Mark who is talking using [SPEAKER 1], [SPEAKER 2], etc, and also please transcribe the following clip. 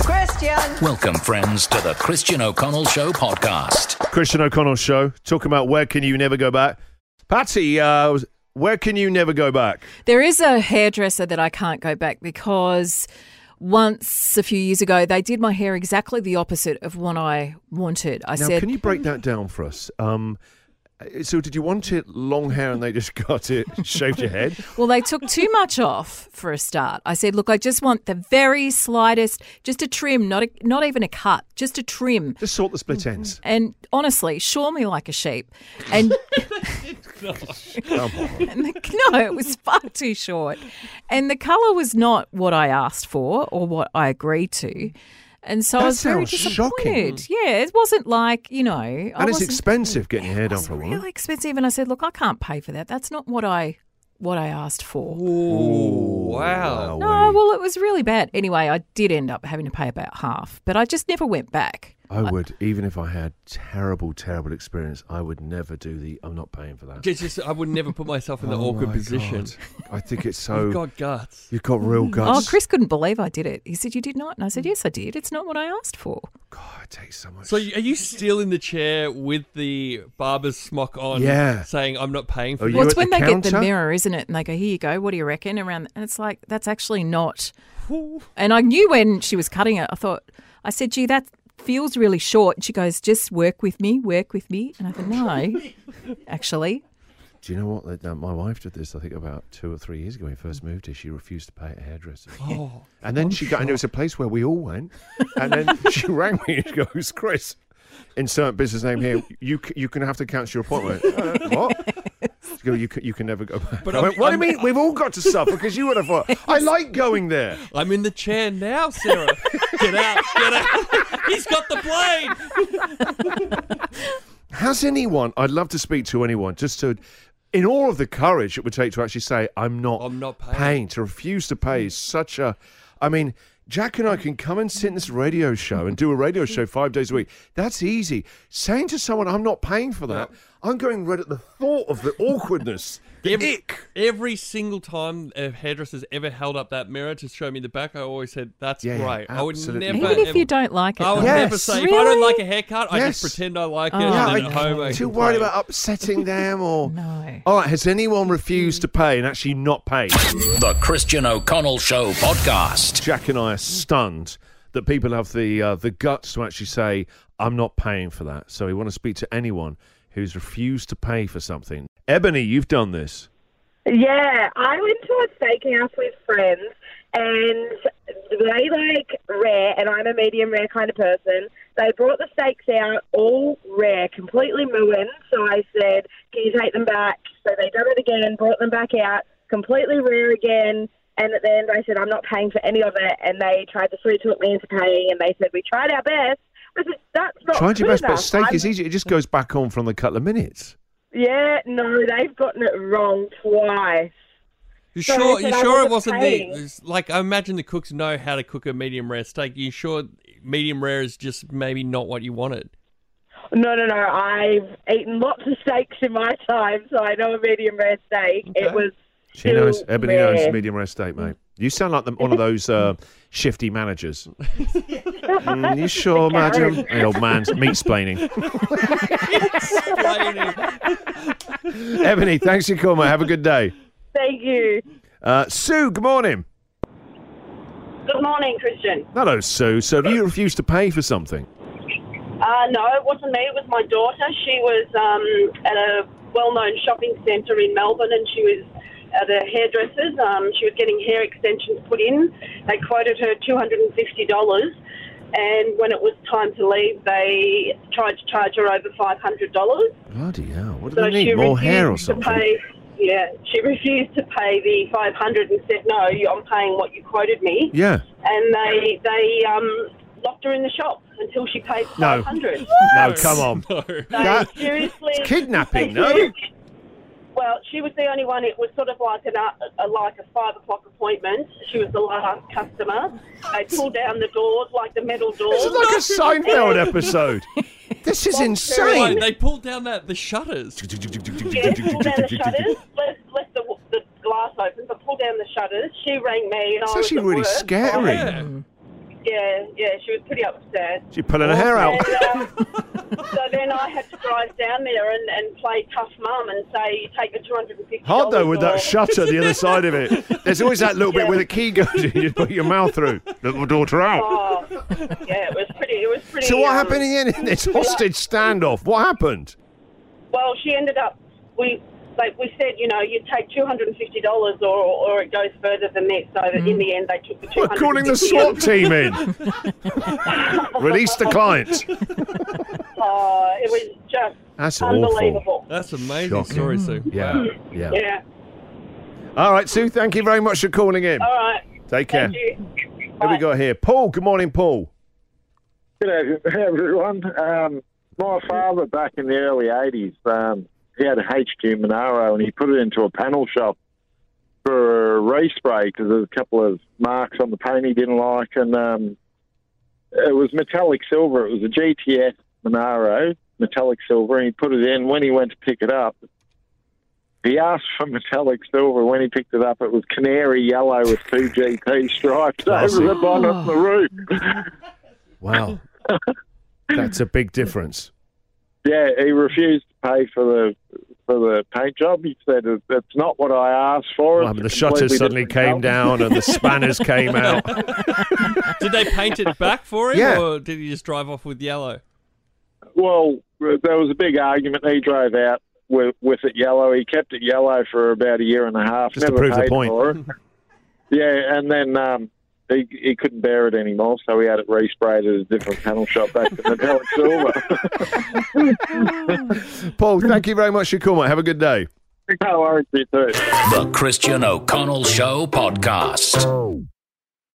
[SPEAKER 1] Christian.
[SPEAKER 2] Welcome, friends, to the Christian O'Connell Show podcast.
[SPEAKER 3] Christian O'Connell show talking about where can you never go back. Patsy, uh, where can you never go back?
[SPEAKER 4] There is a hairdresser that I can't go back because once a few years ago they did my hair exactly the opposite of what I wanted. I
[SPEAKER 3] now,
[SPEAKER 4] said
[SPEAKER 3] can you break that down for us? Um, so, did you want it long hair and they just got it shaved your head?
[SPEAKER 4] Well, they took too much off for a start. I said, "Look, I just want the very slightest, just a trim, not a, not even a cut, just a trim."
[SPEAKER 3] Just sort the split
[SPEAKER 4] Mm-hmm.
[SPEAKER 3] ends.
[SPEAKER 4] And honestly, shaw me like a sheep. And
[SPEAKER 3] Come on.
[SPEAKER 4] And the, no, it was far too short. And the colour was not what I asked for or what I agreed to. And so
[SPEAKER 3] That
[SPEAKER 4] I was very
[SPEAKER 3] sounds shocking.
[SPEAKER 4] disappointed. Yeah, it wasn't like, you know. I
[SPEAKER 3] And it's
[SPEAKER 4] wasn't-
[SPEAKER 3] expensive getting your hair
[SPEAKER 4] It
[SPEAKER 3] done
[SPEAKER 4] was
[SPEAKER 3] for a woman.
[SPEAKER 4] really expensive. And I said, look, I can't pay for that. That's not what I what I asked for.
[SPEAKER 3] wow.
[SPEAKER 4] No, well, it was really bad. Anyway, I did end up having to pay about half, but I just never went back.
[SPEAKER 3] I would, even if I had terrible, terrible experience, I would never do the. I'm not paying for that.
[SPEAKER 5] Just, just, I would never put myself in that
[SPEAKER 3] Oh
[SPEAKER 5] awkward
[SPEAKER 3] my
[SPEAKER 5] position.
[SPEAKER 3] God. I think it's so.
[SPEAKER 5] You've got guts.
[SPEAKER 3] You've got real guts.
[SPEAKER 4] Oh, Chris couldn't believe I did it. He said, you did not? And I
[SPEAKER 5] Mm.
[SPEAKER 4] said, yes, I did. It's not what I asked for.
[SPEAKER 3] God, it takes so much.
[SPEAKER 5] So, you- are you still in the chair with the barber's smock on?
[SPEAKER 3] Yeah.
[SPEAKER 5] Saying, I'm not paying for
[SPEAKER 3] Are
[SPEAKER 5] this?
[SPEAKER 3] you
[SPEAKER 4] Well, it's
[SPEAKER 3] at
[SPEAKER 4] when
[SPEAKER 3] the
[SPEAKER 4] they get
[SPEAKER 3] counter?
[SPEAKER 4] the mirror, isn't it? And they go, "Here you go. What do you reckon?" Around, and it's like that's actually not. And I knew when she was cutting it. I thought, I said, "Gee, that feels really short." And she goes, "Just work with me. Work with me." And I thought, "No, actually,
[SPEAKER 3] Do you know what? That- that- My wife did this, I think, about two or three years ago when we first moved here. She refused to pay at a hairdresser.
[SPEAKER 5] Oh,
[SPEAKER 3] and then she got, and it was a place where we all went. And then she rang me and goes, Chris, insert business name here. You c- you can have to cancel your appointment. Uh, what? She goes, you, can, you can never go back.
[SPEAKER 5] But
[SPEAKER 3] I went,
[SPEAKER 5] I'm-
[SPEAKER 3] what do you
[SPEAKER 5] I'm-
[SPEAKER 3] mean? We've all got to suffer because you would have thought, I like going there.
[SPEAKER 5] I'm in the chair now, Sarah. get out, get out. He's got the blade.
[SPEAKER 3] Has anyone, I'd love to speak to anyone, just to, in all of the courage it would take to actually say, I'm not,
[SPEAKER 5] I'm not paying.
[SPEAKER 3] to refuse to pay is such a, I mean, Jack and I can come and sit in this radio show and do a radio show five days a week. That's easy. Saying to someone, I'm not paying for that, I'm going red at the thought of the awkwardness, the
[SPEAKER 5] Every-
[SPEAKER 3] ick.
[SPEAKER 5] Every single time a hairdresser's ever held up that mirror to show me the back, I always said, "That's
[SPEAKER 3] Yeah, yeah,
[SPEAKER 5] great." I would
[SPEAKER 3] absolutely.
[SPEAKER 5] never.
[SPEAKER 4] even if
[SPEAKER 5] ever-
[SPEAKER 4] you don't like it,
[SPEAKER 5] I would
[SPEAKER 4] though.
[SPEAKER 5] never
[SPEAKER 3] Yes.
[SPEAKER 5] say if I don't
[SPEAKER 4] Really?
[SPEAKER 5] like a haircut, I just
[SPEAKER 3] Yes.
[SPEAKER 5] pretend I like it.
[SPEAKER 4] Oh.
[SPEAKER 5] and
[SPEAKER 3] Yeah,
[SPEAKER 5] then at home I
[SPEAKER 3] I'm too
[SPEAKER 5] complain.
[SPEAKER 3] worried about upsetting them or.
[SPEAKER 4] No.
[SPEAKER 3] All right, has anyone
[SPEAKER 5] Mm-hmm.
[SPEAKER 3] refused to pay and actually not paid?
[SPEAKER 2] The Christian O'Connell Show podcast.
[SPEAKER 3] Jack and I are stunned that people have the uh, the guts to actually say, "I'm not paying for that." So we want to speak to anyone who's refused to pay for something. Ebony, you've done this.
[SPEAKER 6] Yeah, I went to a steakhouse with friends, and they like rare, and I'm a medium rare kind of person. They brought the steaks out all rare, completely ruined. So I said, "Can you take them back?" So they done it again, brought them back out, completely rare again. And at the end, I said, "I'm not paying for any of it." And they tried to sweet talk me into paying, and they said, "We tried our best." I said, "That's not
[SPEAKER 3] Tried your
[SPEAKER 6] good
[SPEAKER 3] best, but
[SPEAKER 6] enough.
[SPEAKER 3] steak
[SPEAKER 6] I'm-
[SPEAKER 3] is easy. It just goes back on from the couple of minutes.
[SPEAKER 6] Yeah, no, they've gotten it wrong twice.
[SPEAKER 5] You
[SPEAKER 6] So
[SPEAKER 5] sure?
[SPEAKER 6] I
[SPEAKER 5] You
[SPEAKER 6] said I
[SPEAKER 5] sure it
[SPEAKER 6] wasn't
[SPEAKER 5] wasn't
[SPEAKER 6] paying.
[SPEAKER 5] the it's like? I imagine the cooks know how to cook a medium rare steak. You sure medium rare is just maybe not what you wanted?
[SPEAKER 6] No, no, no. I've eaten lots of steaks in my time, so I know a medium rare steak. It was.
[SPEAKER 3] She knows.
[SPEAKER 6] still
[SPEAKER 3] Ebony
[SPEAKER 6] rare.
[SPEAKER 3] knows medium rare steak, mate. You sound like the, one of those uh, shifty managers. Mm, you sure, madam? Hey, old man's meat splaining. Ebony, thanks for your call, mate. Have a good day.
[SPEAKER 6] Thank you.
[SPEAKER 3] Uh, Sue, good morning.
[SPEAKER 6] Good morning, Christian.
[SPEAKER 3] Hello, Sue. So, have you refused to pay for something?
[SPEAKER 6] Uh, no, it wasn't me. It was my daughter. She was um, at a well-known shopping centre in Melbourne, and she was at a hairdresser's. Um, she was getting hair extensions put in. They quoted her two hundred and fifty dollars, and when it was time to leave, they tried to charge her over five hundred dollars.
[SPEAKER 3] Bloody hell. What do
[SPEAKER 6] So
[SPEAKER 3] they need?
[SPEAKER 6] she
[SPEAKER 3] More hair or
[SPEAKER 6] refused to
[SPEAKER 3] something?
[SPEAKER 6] Pay, yeah, she refused to pay the five hundred and said, "No, I'm paying what you quoted me."
[SPEAKER 3] Yeah.
[SPEAKER 6] And they they um, locked her in the shop until she paid
[SPEAKER 3] No.
[SPEAKER 6] five hundred.
[SPEAKER 3] No, come on.
[SPEAKER 5] No.
[SPEAKER 6] They
[SPEAKER 3] That-
[SPEAKER 6] seriously
[SPEAKER 3] it's kidnapping,
[SPEAKER 6] they
[SPEAKER 3] no?
[SPEAKER 6] seriously- Well, she was the only one. It was sort of like an a, like a five o'clock appointment. She was the last customer. They pulled down the doors like the metal doors.
[SPEAKER 3] This is like a Seinfeld episode. This is
[SPEAKER 5] Why,
[SPEAKER 3] insane.
[SPEAKER 5] they pulled down that the shutters.
[SPEAKER 6] Yeah, pull down the shutters. Left, left the, the glass open, but pull down the shutters. She rang me, and I
[SPEAKER 3] It's
[SPEAKER 6] was
[SPEAKER 3] actually
[SPEAKER 6] at
[SPEAKER 3] really
[SPEAKER 6] work.
[SPEAKER 3] scary.
[SPEAKER 5] Yeah.
[SPEAKER 6] Yeah, yeah, she was pretty upset.
[SPEAKER 3] She's pulling her hair out.
[SPEAKER 6] And, um, so then I had to drive down there and, and play tough mum and say, take the 250
[SPEAKER 3] Hard though with
[SPEAKER 6] or-
[SPEAKER 3] that shutter the other side of it. There's always that little bit where the key goes in, you put your mouth through. Let my daughter out.
[SPEAKER 6] Oh, yeah, it was pretty. It was pretty.
[SPEAKER 3] So what
[SPEAKER 6] um,
[SPEAKER 3] happened in the end in this hostage standoff? What happened?
[SPEAKER 6] Well, she ended up. We like we said, you know, you take two hundred and fifty dollars, or or it goes further than that. So that in the end, they took the two
[SPEAKER 3] We're
[SPEAKER 6] hundred.
[SPEAKER 3] calling the SWAT team in. Release the client.
[SPEAKER 6] Uh, it was just
[SPEAKER 3] That's awful. Uh.
[SPEAKER 6] unbelievable.
[SPEAKER 5] That's an amazing
[SPEAKER 3] Shocking.
[SPEAKER 5] story, Sue.
[SPEAKER 3] Yeah.
[SPEAKER 5] Wow.
[SPEAKER 3] Yeah.
[SPEAKER 6] Yeah.
[SPEAKER 3] All right, Sue, thank you very much for calling in.
[SPEAKER 6] All right.
[SPEAKER 3] Take care.
[SPEAKER 6] Oh, Thank you.
[SPEAKER 3] Who we got here? Paul. Good morning, Paul.
[SPEAKER 1] Hello, everyone. Um, my father, back in the early 80s, um, he had a HQ Monaro and he put it into a panel shop for a respray because there was a couple of marks on the paint he didn't like. And um, it was metallic silver. It was a GTS Monaro, metallic silver. And he put it in. When he went to pick it up, he asked for metallic silver. When he picked it up, it was canary yellow with two GP stripes
[SPEAKER 3] Classy.
[SPEAKER 1] over the bonnet and the roof.
[SPEAKER 3] Wow. That's a big difference.
[SPEAKER 1] Yeah, he refused to pay for the for the paint job. He said "It- it's not what I asked for.
[SPEAKER 3] I
[SPEAKER 1] It's
[SPEAKER 3] mean, the
[SPEAKER 1] a
[SPEAKER 3] shutters
[SPEAKER 1] completely
[SPEAKER 3] suddenly
[SPEAKER 1] different
[SPEAKER 3] came
[SPEAKER 1] job."
[SPEAKER 3] down and the spanners came out.
[SPEAKER 5] Did they paint it back for him,
[SPEAKER 3] Yeah.
[SPEAKER 5] or did he just drive off with yellow?
[SPEAKER 1] Well, there was a big argument. He drove out with, with it yellow. He kept it yellow for about a year and a half.
[SPEAKER 3] Just to
[SPEAKER 1] never
[SPEAKER 3] prove the
[SPEAKER 1] paid
[SPEAKER 3] point.
[SPEAKER 1] for it. yeah, and then um, he he couldn't bear it anymore, so he had it resprayed at a different panel shop back to metallic silver.
[SPEAKER 3] Paul, thank you very much for your call, mate. Have a good day.
[SPEAKER 1] no worries, you too.
[SPEAKER 2] The Christian O'Connell Show Podcast.